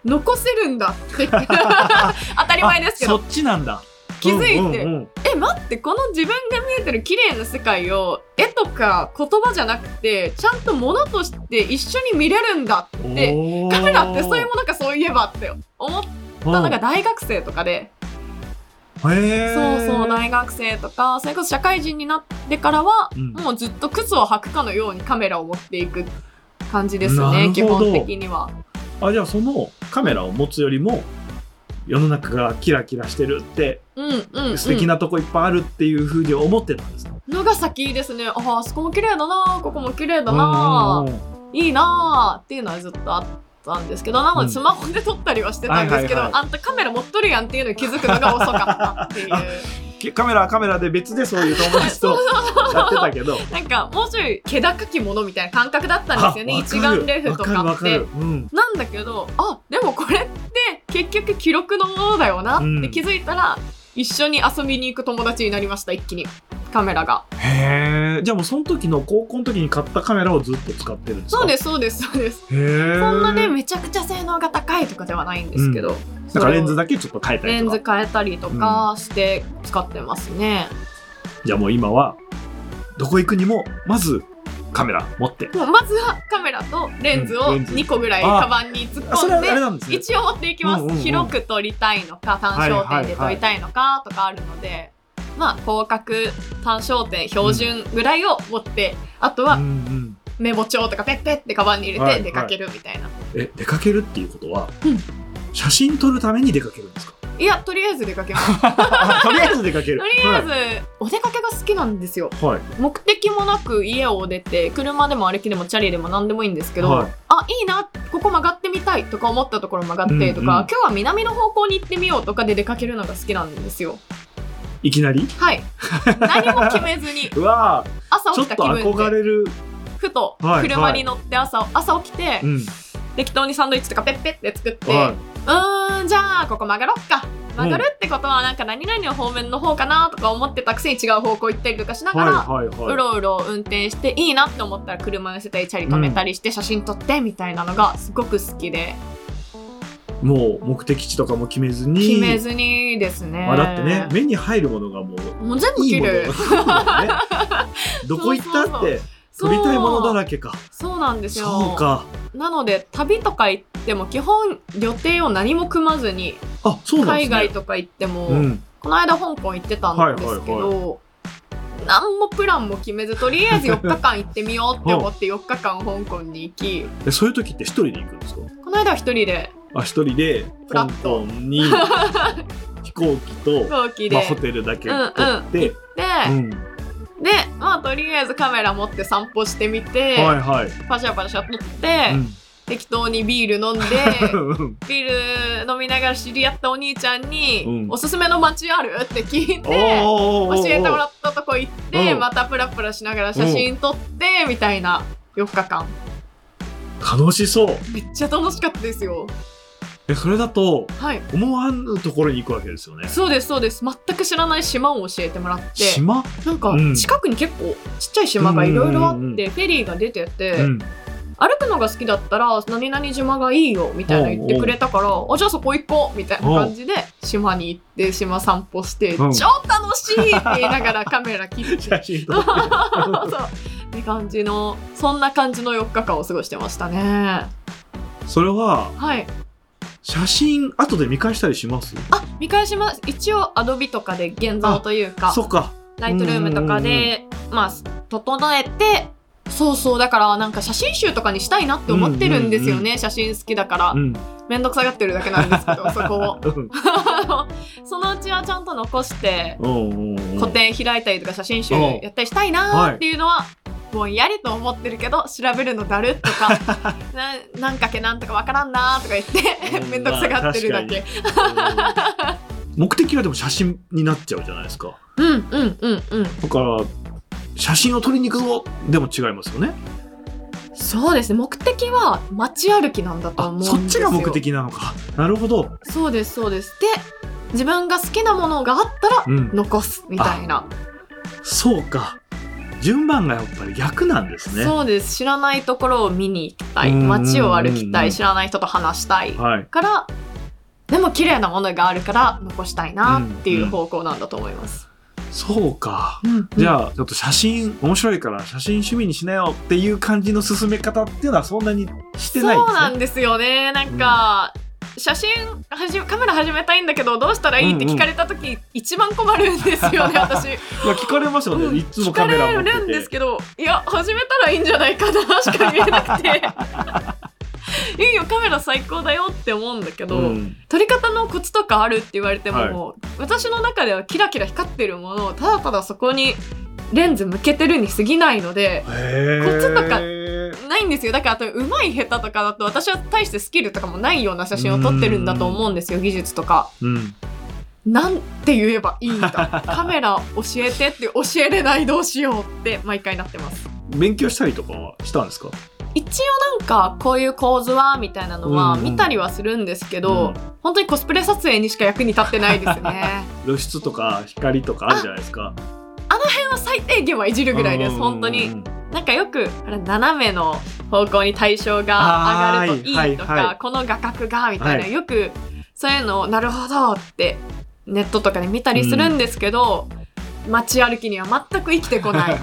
残せるんだって 当たり前ですけ
あ
ど
そっちなんだ
気づいて
うんうんうん
え待ってこの自分が見えてる綺麗な世界を絵とか言葉じゃなくてちゃんと物として一緒に見れるんだって
おー
カメラってそういうものかそういえばって思っ
うん
たのが大学生とかで、
へ
そう
ー
そう大学生とかそれこそ社会人になってからは、
うん
もうずっと靴を履くかのようにカメラを持っていく感じです
なるほ
ね
ど
基本的には。
あじゃあそのカメラを持つよりも世の中がキラキラしてるって、
うんうん、うん、
素敵なとこいっぱいあるっていうふうに思ってたんですね
のが先ですねあーあそこも綺麗だなここも綺麗だな
うんうんうん
いいなっていうのはずっとあったんですけどなの
うん
でスマホで撮ったりはしてたんですけど、
はいはいは
あんたカメラ持っとるやんっていうのに気づくのが遅かったって い
あ
う。
きカメラはカメラで別でそういう友達とやってたけど
なんかもうちょい気高きものみたいな感覚だったんですよね
あ
一眼レフとか
わ
っ
かる
て
わかるわかるうん
なんだけどあでもこれって結局記録のものだよな
うん
って気づいたら、一緒に遊びに行く友達になりました一気にカメラが
へえじゃあもうその時の高校の時に買ったカメラをずっと使ってるんですか
そう
す
ですそうですそうです
へえ
そんなねめちゃくちゃ性能が高いとかではないんですけど、
だからレンズ
だ
だけちょっと変えた
レ
り
ン
と
ズ
か
変えたりとかして使ってますね、
じゃあもう今はどこ行くにもまずカメラ持って
もうまずはカメラとレンズを
うんレンズ
2個ぐらいカバンに突っ
あそれ
込
は
ん
あ
で
れなんですね
一応持っていきます、
うんうんうん
広く撮りたいのか単焦点で撮りたいのかとかあるので、まあ広角単焦点標準ぐらいを持って、あと
う
は
んうん
メモ帳とかペッペッってカバンに入
は
れ
いは
て
い
出かけるみたいな、い
え出かけるっていうことは、
うん
写真撮るために出かけるんですか
やとりあえず出かけます
あとりあえず出かける
とりあえず、お出かけが好きなんですよ
はい、はい
目的もなく家を出て車でも歩きでもチャリでも何でもいいんですけど、
はい
あいいなここ曲がってみたいとか思ったところ曲がってとか、
うんうん
今日は南の方向に行ってみようとかで出かけるのが好きなんですよ
いきなり
はい。何も決めずに、
うわ
朝
ーち
起
ょ
き
ったと
気
憧
分で、
れる、
ふと
はい
車に乗って朝、朝起きて
う、ん
適当にサンドイッチとかペッペッって作って、
は、
うーん、じゃあ、ここ曲がろっか。曲がるってことは、なんか何々の方面の方かなとか思ってたくせに違う方向行ったりとかしないがら、
はいはいうは
ろうろ運転していいなって思ったら車乗せたりチャリ止めたりして写真撮ってみたいなのがすごく好きで、
いもう目的地とかも決めずに
決めずにですね、
まあ、だってね目に入るものがもう
もう全部
いい
切
もの
る
が、ね、 どこ行ったって撮りたいものだらけか
そうそうなんですよ
そうか
なので旅とか行っても基本予定を何も組まずに
あそうなんで
海
すね
外とか行っても、
うん、
この間香港行ってたんですけど、
はいは
何もプランも決めずとりあえず4日間行ってみようって思って4日間香港に行き
えそういう時って一人で行くんですか
この間は一人で
あ一人で
フラ
香
ッ
港 に飛行機
飛
と、
行機で、
まあ、ホテルだけ取って、
で、
うん
でまあとりあえずカメラ持って散歩してみて、
はいはい、
パシャパシャ撮って、適当にビール飲んで
うん、
ビール飲みながら知り合ったお兄ちゃんに、
うん
おすすめの街あるって聞いて。
おーおーおーお
教
ー
えてもらったとこ行って、
うん
またプラプラしながら写真撮って、みたいな4日間
楽しそう
めっちゃ楽しかったですよ
えそれだと
はい
思わぬところに行くわけですよね
そうですそうです全く知らない島を教えてもらって
島、
なんか
うん
近くに結構ちっちゃい島がいろいろあって、
うんうんうん
フェリーが出てて、
うん、
歩くのが好きだったら何々島がいいよみたいな言ってくれたからあじゃあそこ行こうみたいな感じで島に行って島散歩して、
うん
超楽しいって言いながらカメラ切って
写真撮って
そうって感じのそんな感じの4日間を過ごしてましたね
それは
はい
写真後で見返したりします
あ見返します一応アドビとかで現像というか
そっか
ライトルームとかでまあ整えてそうそうだからなんか写真集とかにしたいなって思ってるんですよね、
うんう
写真好きだから
うん
めんどくさがってるだけなんですけどそこを
うん
あのそのうちはちゃんと残して
うんうん
個展開いたりとか写真集
うん
やったりしたいなーっていうのは、ぼんやりと思ってるけど調べるのだるっ とかななんかけなんとかわからんなーとか言って
うん
めんどくさがってるだけ、
うん 目的はでも写真になっちゃうじゃないですか
うんうんうんうん
だから写真を撮りに行くぞでも違いますよね
そうですね目的は街歩きなんだと
あ
思うんですよ
そっちが目的なのかなるほど
そうですそうですで自分が好きなものがあったら
うん
残すみたいな、
そうか順番がやっぱり逆なんですね
そうです知らないところを見に行きたい
うんうんうんうん
街を歩きたい知らない人と話したい
はい
からでも綺麗なものがあるから残したいなっていう方向なんだと思います、
そうか
うん
じゃあちょっと写真面白いから写真趣味にしなよっていう感じの進め方っていうのはそんなにしてないん
そ
で
うな
す
ん
ね
ですよねなんか、写真はじカメラ始めたいんだけどどうしたらいいって聞かれた時、一番困るんですよ ね私
いや聞かれますよね、
うん
いつも
聞
カ
か
メラ持
れ
っ
るん
て
で
て
すけどいや始めたらいいんじゃないかなしか言えな くていいよカメラ最高だよって思うんだけど、
うん
撮り方のコツとかあるって言われても、
はい
私の中ではキラキラ光ってるものをただただそこにレンズ向けてるに過ぎないので
へー
こっちとかないんですよだからあとうまい下手とかだと私は大してスキルとかもないような写真を撮ってるんだと思うんですよ技術とか。
うん
なんて言えばいい んだカメラ教えてって教えれないどうしようって毎回なってます。
勉強したりとかはしたんですか
一応なんかこういう構図はみたいなのは
うんうん
見たりはするんですけ
う
ど、
ん
本当にコスプレ撮影にしか役に立ってないですね。
露出とか光とかあるじゃないですか
最低限はいじるぐらいです、
うん
本当
う
に。
ん
なんかよく、あれ斜めの方向に対象が上がると
はい
い
い
と
はいは
か
い、
この画角が、みたいな、
はい
よくそういうのを、なるほどってネットとかで見たりするんですけど、街歩きには全く生きて こない。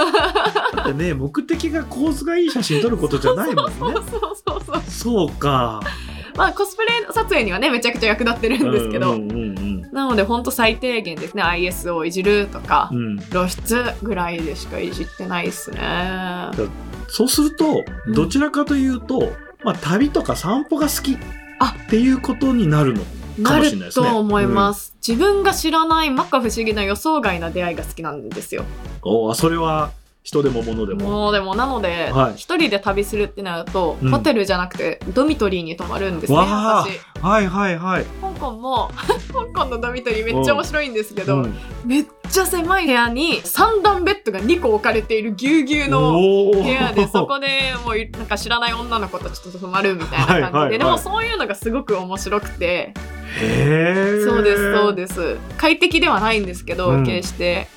だってね目的が構図がいい写真撮ることじゃないもんね
そうそうそうそう。
そうか
まあコスプレ撮影にはね、めちゃくちゃ役立ってるんですけど、
うんうんうん
なので本当最低限ですね、IS をいじるとか
う、ん、うん
露出ぐらいでしかいじってないですね。
そうすると
うん
どちらかというと、まあ、旅とか散歩が好きっていうことになるのか
な
もしれない
る
ですね
と思います、自分が知らない摩訶不思議な予想外な出会いが好きなんですよ
おーそれは人でも物でも
もうでもなので一、
はい
人で旅するってなると、
うん
ホテルじゃなくてドミトリーに泊まるんですね
わあ
私
はいはいはい、
香港も 香港のドミトリーめっちゃ面白いんですけ
う
ど、
ん、
めっちゃ狭い部屋に3段ベッドが2個置かれているぎゅうぎゅうの
部
部屋でそこでもういなんか知らない女の子たちと泊まるみたいな感
は
じで、
いはいはい
でもそういうのがすごく面白くて
へえ
そうですそう
す
です快適ではないんですけど、
うん
決して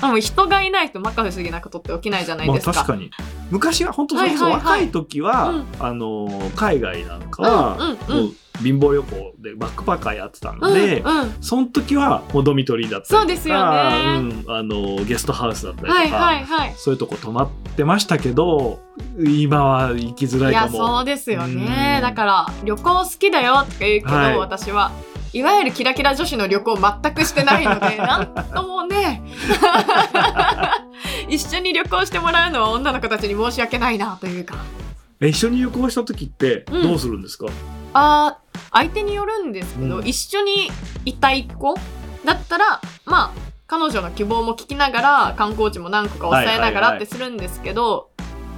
でも人がいないと摩訶不思議なことって起きないじゃない
まあ
ですか,、
確かに昔は本当それこそ
はいはいは
若
い
い時は、
うん
あのー海外なんかは、
うんうんう
も
ん
う貧乏旅行でバックパッカーやってたので、
うんうん
その時はもうドミトリーだったりとか
そうですよね
うん、あのーゲストハウスだったりとか、
はいはいはい
そういうとこ泊まってましたけど今は行きづら
い
いか
や
も
そうですよ
う
ね
ん
だから旅行好きだよとか言うけど、
はい
私はいわゆるキラキラ女子の旅行全くしてない のでなんともね一緒に旅行してもらうのは女の子たちに申し訳ないなというか
え一緒に旅行した時って
うん
どうするんですか、
あー相手によるんですけど、
うん
一緒にいたい子だったらまあ彼女の希望も聞きながら観光地も何個か抑え
は
ながら
いはいはい
ってするんですけど、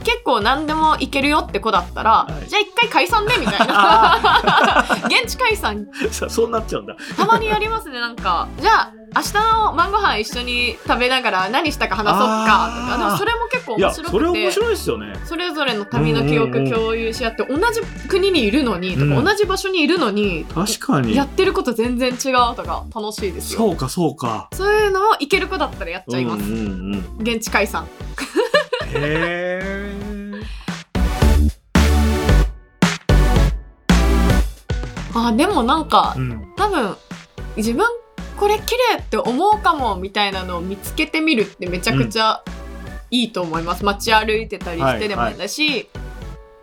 結構何でも行けるよって子だったら、
はい
じゃあ一回解散でみたいな 現地解散
さそうなっちゃうんだ
たまにやりますねなんかじゃあ明日の晩ご飯一緒に食べながら何したか話そうかと
あ
か
ー
でもそれも結構
い
面
や
白くて
それ面白いですよね
それぞれの旅の記憶共有し合って、同じ国にいるのにとか、
うん
同じ場所にいるのに
確かに
やってること全然違うとか楽しいですよ
そうかそうか
そういうのをいける子だったらやっちゃいます、
うんうんうん、
現地解散
へえ
あーでもなんか
うん
多分自分これ綺麗って思うかもみたいなのを見つけてみるってめちゃくちゃいいと思います、街歩いてたり
は
し
い
てでもいいだし、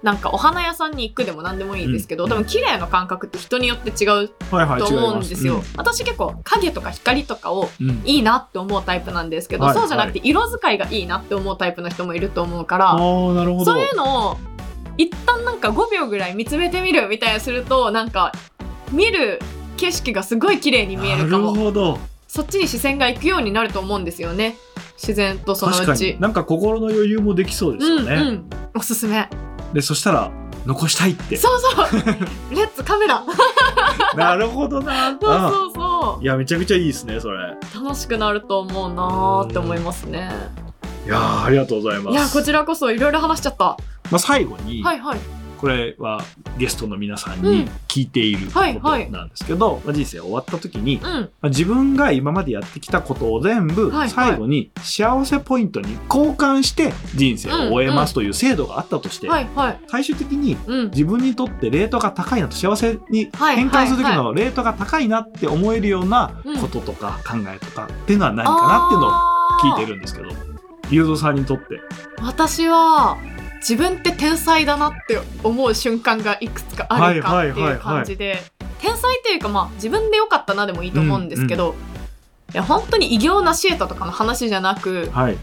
なんかお花屋さんに行くでも何でもいいですけど、
うん
多分綺麗の感覚って人によって違う
はいはい
と
違い
思うん
ます
ですよ、私結構影とか光とかを
うんうん
いいなって思うタイプなんですけど、
はい
そうじゃなくて色使いがいいなって思うタイプの人もいると思うから、
ああなるほど
そういうのを一旦なんか5秒ぐらい見つめてみるみたいにするとなんか見る景色がすごい綺麗に見えるか
なる
も
ほど
そっちに視線が行くようになると思うんですよね自然とその
確か
う
に
ち。
なんか心の余裕もできそうですよね、
うんうん、おすすめ
でそしたら残したいって
そうそう レッツカメラ
なるほどな
そう
あ
そうそ
いやめちゃくちゃいいですねそれ
う楽しくなると思うなーって思いますね
いやーありがとうございます
いやこちらこそいろいろ話しちゃった
まあ、最後に、
はいはい
これはゲストの皆さん
うん
に聞いていること
はいはい
なんですけど、まあ人生終わった時に、ま
うん
あ自分が今までやってきたことを全部
はいはい
最後に幸せポイントに交換して人生を終えますという制度があったとして、
はいはい
最終的に
うん
自分にとってレートが高いなと幸せに
はい
変換する時
はいは
のレートが高いなって思えるような
うん
こととか考えとかっていうのは何かなっていうのを聞いて
る
るんですけど、ゆうぞさんにとって。
私は自分って天才だなって思う瞬間がいくつかあるかって
はいはいはい
い
は
う
い
感じで天才っていうかまあ自分で良かったなでもいいと思うんですけど、いや本当に偉業なし得たとかの話じゃなく
はい。
例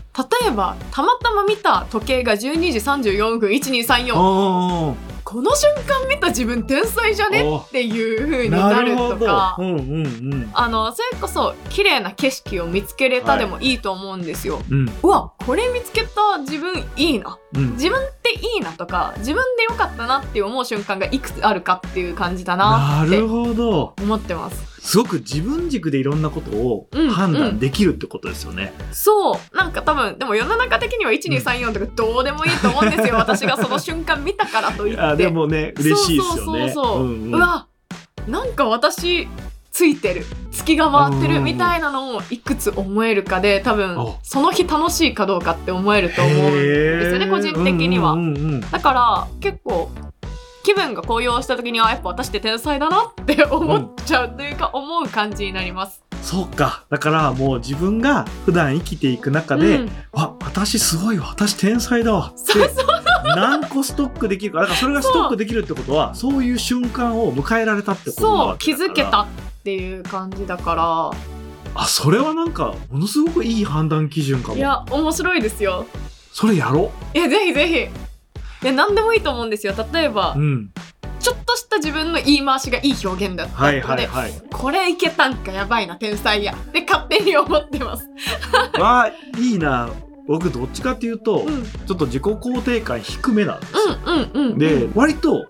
えばたまたま見た時計が12時34分1234
おー
この瞬間見た自分天才じゃね
おー
っていう風になるとか
うんうんうん。
あのそれこそ綺麗な景色を見つけれたでもいいと思うんですよ。
うん
うわこれ見つけた自分いいな
うん。
自分っていいなとか自分で良かったなって思う瞬間がいくつあるかっていう感じだな
な
って
るほど。
思ってます
すごく自分軸でいろんなことを
うん
判
う
断
ん
できるってことですよね。
そうなんか多分でも世の中的には1234とかどうでもいいと思うんです よ、私がその瞬間見たからとい
い
っ
や
て
でもね嬉しいですよね。
そうそうそうそう、
んん
うわなんか私ついてる月が回ってるみたいなのをいくつ思えるかで多分
お
その日楽しいかどうかって思えると思うんですよね
へー
個人的には。
うんうんうん
だから結構気分が高揚した時にはやっぱ私って天才だなって思っちゃうというか思う感じになります。
そうかだからもう自分が普段生きていく中で、
うん
わ私すごいわ私天才だわって何個ストックできるかだからそれがストックできるってことはそういう瞬間を迎えられたってことな
そ
わ
う気
だから
づけたっていう感じだか
あそれはなんかものすごくいい判断基準からも
いや面白いですよ。
それやろ
いやぜひぜひいや何でもいいと思うんですよ例えば
う、うん、
ちょっとした自分の言い回しがいい表現だったとか
は
で、
いはいはい
これいけたんかやばいな天才やって勝手に思ってます。
わあいいな僕どっちかっていうと、
うんうん
ちょっと自己肯定感低めなんですよ、
うんうんうん。
で割と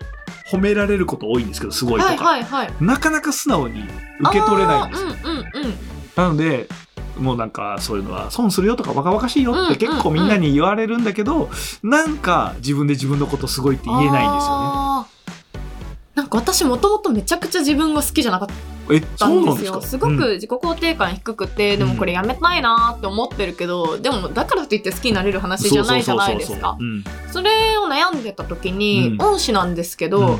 褒められること多いんですけどすごいとか、
はいはいはい。
なかなか素直に受け取れないんですよ
あーうんうんうん。
なのでもうなんかそういうのは損するよとかバカバカしいよって結構みんなに言われるんだけど、なんか自分で自分のことすごいって言えないんですよね
あーなんか私もともとめちゃくちゃ自分が好きじゃなかっ
え
た
そうんなん
です
です
よ
か
すごく自己肯定感低くて、でもこれやめたいなーって思ってるけど、でもだからといって好きになれる話じゃないじゃないですか
そうそうそうそううん
それを悩んでた時に、
うん
恩師なんですけど、
うん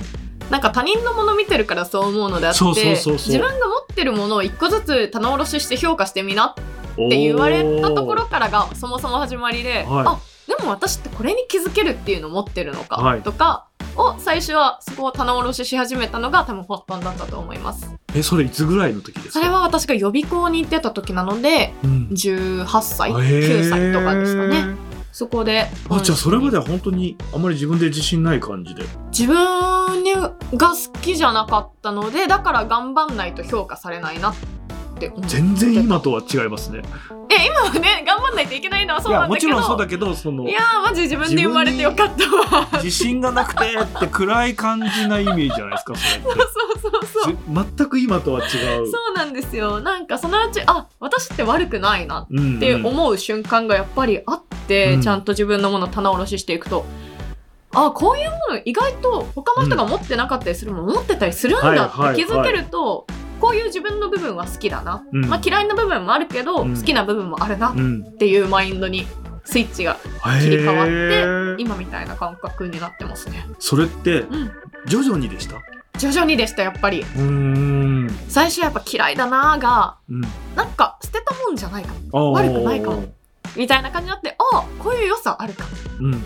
なんか他人のもの見てるからそう思うのであって
そうそうそうそう
自分が持ってるものを一個ずつ棚卸しして評価してみなって言われたところからがそもそも始まり
は
で、
い
あでも私ってこれに気づけるっていうのを持ってるのか、
はい
とかを最初はそこを棚卸しし始めたのが多分発端だったと思います
えそれいつぐらいの時ですか
それは私が予備校に行ってた時なので
うん
18歳9歳とかでした
へ
ね
ー
そこで
あじゃあそれまでは本当にあまり自分で自信ない感じで
自分にが好きじゃなかったのでだから頑張んないと評価されないなって思う
全然今とは違いますね
え今は ね頑張んないといけないのはそう
い
な
や
んだ
も
け
ち
ど
ろんそうだけどその
いやーマジ自分で生まれてよかったわ
自信がなくてって暗い感じなイメージじゃないですかそれって
そうそうそう
ぜ全く今とは違う
そうなんですよなんかそのうちあ私って悪くないな
うんうん
って思う瞬間がやっぱりあって、
うん
ちゃんと自分のものを棚卸ししていくとあこういうもの意外と他の人が持ってなかったりするもの持ってたりするんだ
はい
っ
は
て
い
気づけると、こういう自分の部分は好きだな、
うん
まあ、嫌いな部分もあるけど、
うん
好きな部分もあるな
う
っ
ん
ていうマインドにスイッチが切り替わって
へー
今みたいな感覚になってますね。
それって
うん
徐々にでした
徐々にでしたやっぱり
うーん
最初はやっぱ嫌いだなーが
うん
なんか捨てたもんじゃないかも
あー
悪くないかもみたいな感じになってあこういう良さあるかも
うん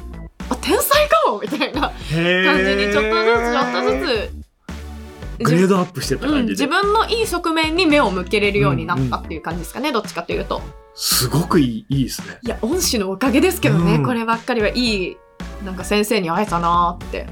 あ天才かもみたいな感じにちょっとずつちょっ
つ
とずつ
グレードアップしてった
うん、
感じで、
自分のいい側面に目を向けれるようになったっていう感じですかね、どっちかというと
すごくいいいいですね
いや恩師のおかげですけどね、
うん
こればっかりはいいなんか先生に会えたなーって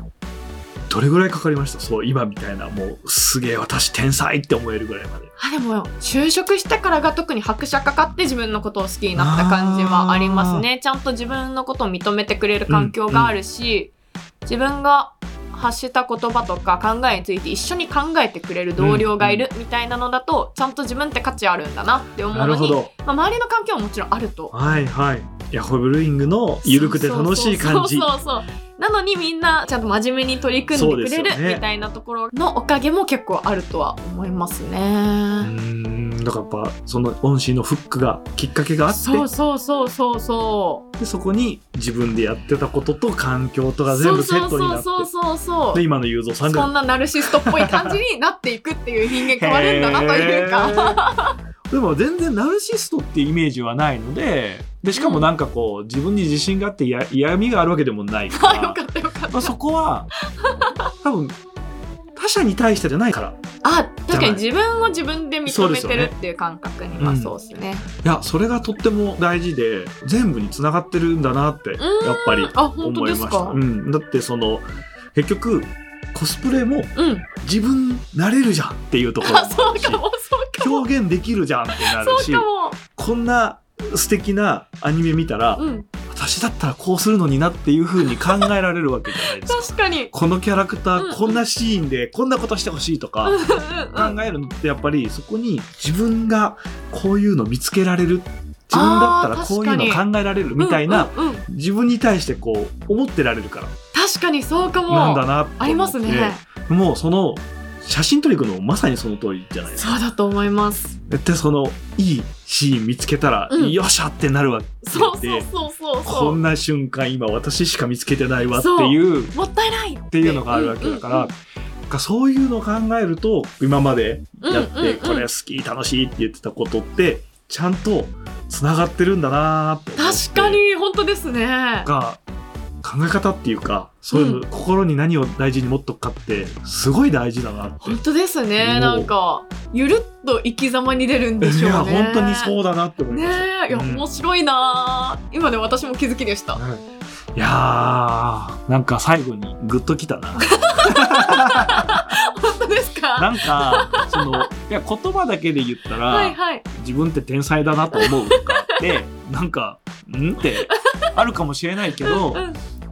どれぐらいかかりましたそう今みたいなもうすげえ私天才って思えるぐらいまで
あでも就職してからが特に拍車かかって自分のことを好きになった感じはありますねちゃんと自分のことを認めてくれる環境があるし、自分が発した言葉とか考えについて一緒に考えてくれる同僚がいるみたいなのだとちゃんと自分って価値あるんだなって思う
な
の
るほ
に、
ど
まあ、周りの環境ももちろんあると
はいはいヤホーブルーイングの緩くて楽しい感じ
そうそうそうそうなのにみんなちゃんと真面目に取り組んでく
そう
れ
で
る
すよね
みたいなところのおかげも結構あるとは思います
う
ね。
ーんだからやっぱその恩師のフックがきっかけがあって
そうそうそうそうそう。
でそこに自分でやってたことと環境とが全部セットになって
そうそうそうそうそう
で今の雄三さん
そん
が
なナルシストっぽい感じになっていくっていう人間変わるんだなという か。
か でも全然ナルシストってイメージはないのででしかもなんかこう自分に自信があってや嫌味があるわけでもないか
あ
ら
よかったよかった。
まあ、そこは多分他者に対してじゃないから
あ確かに自分を自分で
そうで
認め
す
て
よね
るっていう感覚にはそうですね。
いやそれがとっても大事で全部に繋がってるんだなってやっ
うん
ぱり
あ本当
思い
で
ますした
か。
うん、だってその結局コスプレも
うん。
自分なれるじゃんっていうところもあ
あ
るし
そうかもそうかも
表現できるじゃんってなる
そう
し
かも。
こんな素敵なアニメ見たら、
うん
私だったらこうするのになっていう風に考えられるわけじゃない ですか。
確かに。
このキャラクタ
うんうん
ーこんなシーンでこんなことしてほしいとか、
うんうん
考えるのってやっぱりそこに自分がこういうの見つけられる自分だった
あ
ら
ー
こういうの考えられるみたいな、
うんうんうん
自分に対してこう思ってられるから
確かにそうかも。
なんだなって思って
ありますね。
もうその写真撮り行くのもまさにその通りじゃないですか
そうだと思います。
絶対そのいいシーン見つけたら、
うん
よっしゃってなるわけで
そうそうそうそうそ
こ
う。
んな瞬間今私しか見つけてないわっていう
もったいないっ
っていうのがあるわけだから、なんかそういうのを考えると今までやって、
うんうんうん
これ好き楽しいって言ってたことってちゃんとつながってるんだなーって思って
確かに本当ですね。
が考え方っていうかそういうの、
うん
心に何を大事に持っとくかってすごい大事だなって。
本当です
も
ね。
う
なんかゆるっと生き様に出るんで
い
しょうね。。
や本当にそううだなって思い
ね
まし
え、いや、
うん
面白いなー。今ね私も気づきでした
た。。はいいやーなんか最後にグッときたな。
本当ですか。
なんかそのいや言葉だけで言ったら、
はいはい。
自分って天才だなと思うとかって なんか「ん?」ってあるかもしれないけど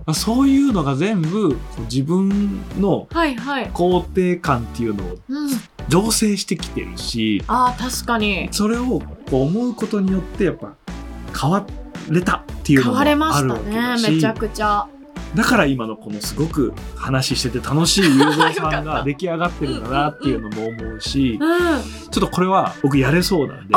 うん
そういうのが全部こう自分の
はいはい。
肯定感っていうのを
うん。
醸成してきてるし
ああ確かに。
それをこう思うことによってやっぱ変われたっていうの
変
も
わ
あ
れまし
る
た
わけだ
ね。
し
めちゃくちゃ。
だから今のこのすごく話してて楽しい雄三さん
よかった
が出来上がってるんだなっていうのも思うし
うん。
ちょっとこれは僕やれそうなんで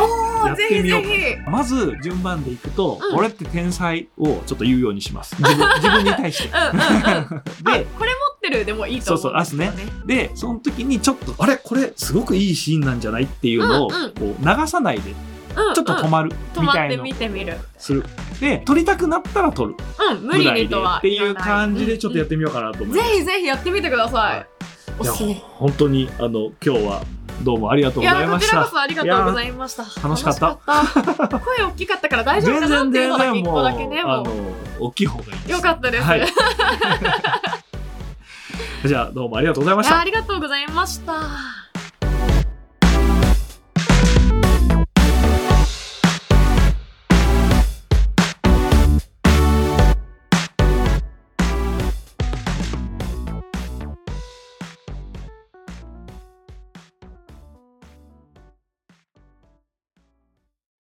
やっ
ぜ
て
ひ
みよう
ぜ
かな
ひ。
まず順番でいくと、
うん
俺って天才をちょっと言うようにし ます。自分自分に対して。
うんうんうん。はい
で、
これ持ってるでもいいと思うんですよね。
で、その時にちょっと、あれこれすごくいいシーンなんじゃないっていうのを、
うんうん
こう流さないで、ち
うん
ょっと止まる
うん
み
止ま
た
っ
い
て
のを
見てみる。
する。で、撮りたくなったら撮る
うん、無
ぐ
理
ら
に
いで
とは、
っていう感じでちょっとやっててみようかなと思い
ぜ
ます。
ひぜひやってみてください。お
いや
すすめ。
本当に、あの、今日はどうもありがとう
い
ござい
や、こ
まし
ちらこ
た。
そありがとうございました。
楽しかった
楽しかった。声大きかったから大丈夫
全
かなっ
然
ていう
全然もう、
のだけ一個だけね、
あ
も
の、大きい方がいいです。
う。よかったです。
はい
い、
じゃあ、どうもありがとうございました
や。ありがとうございました。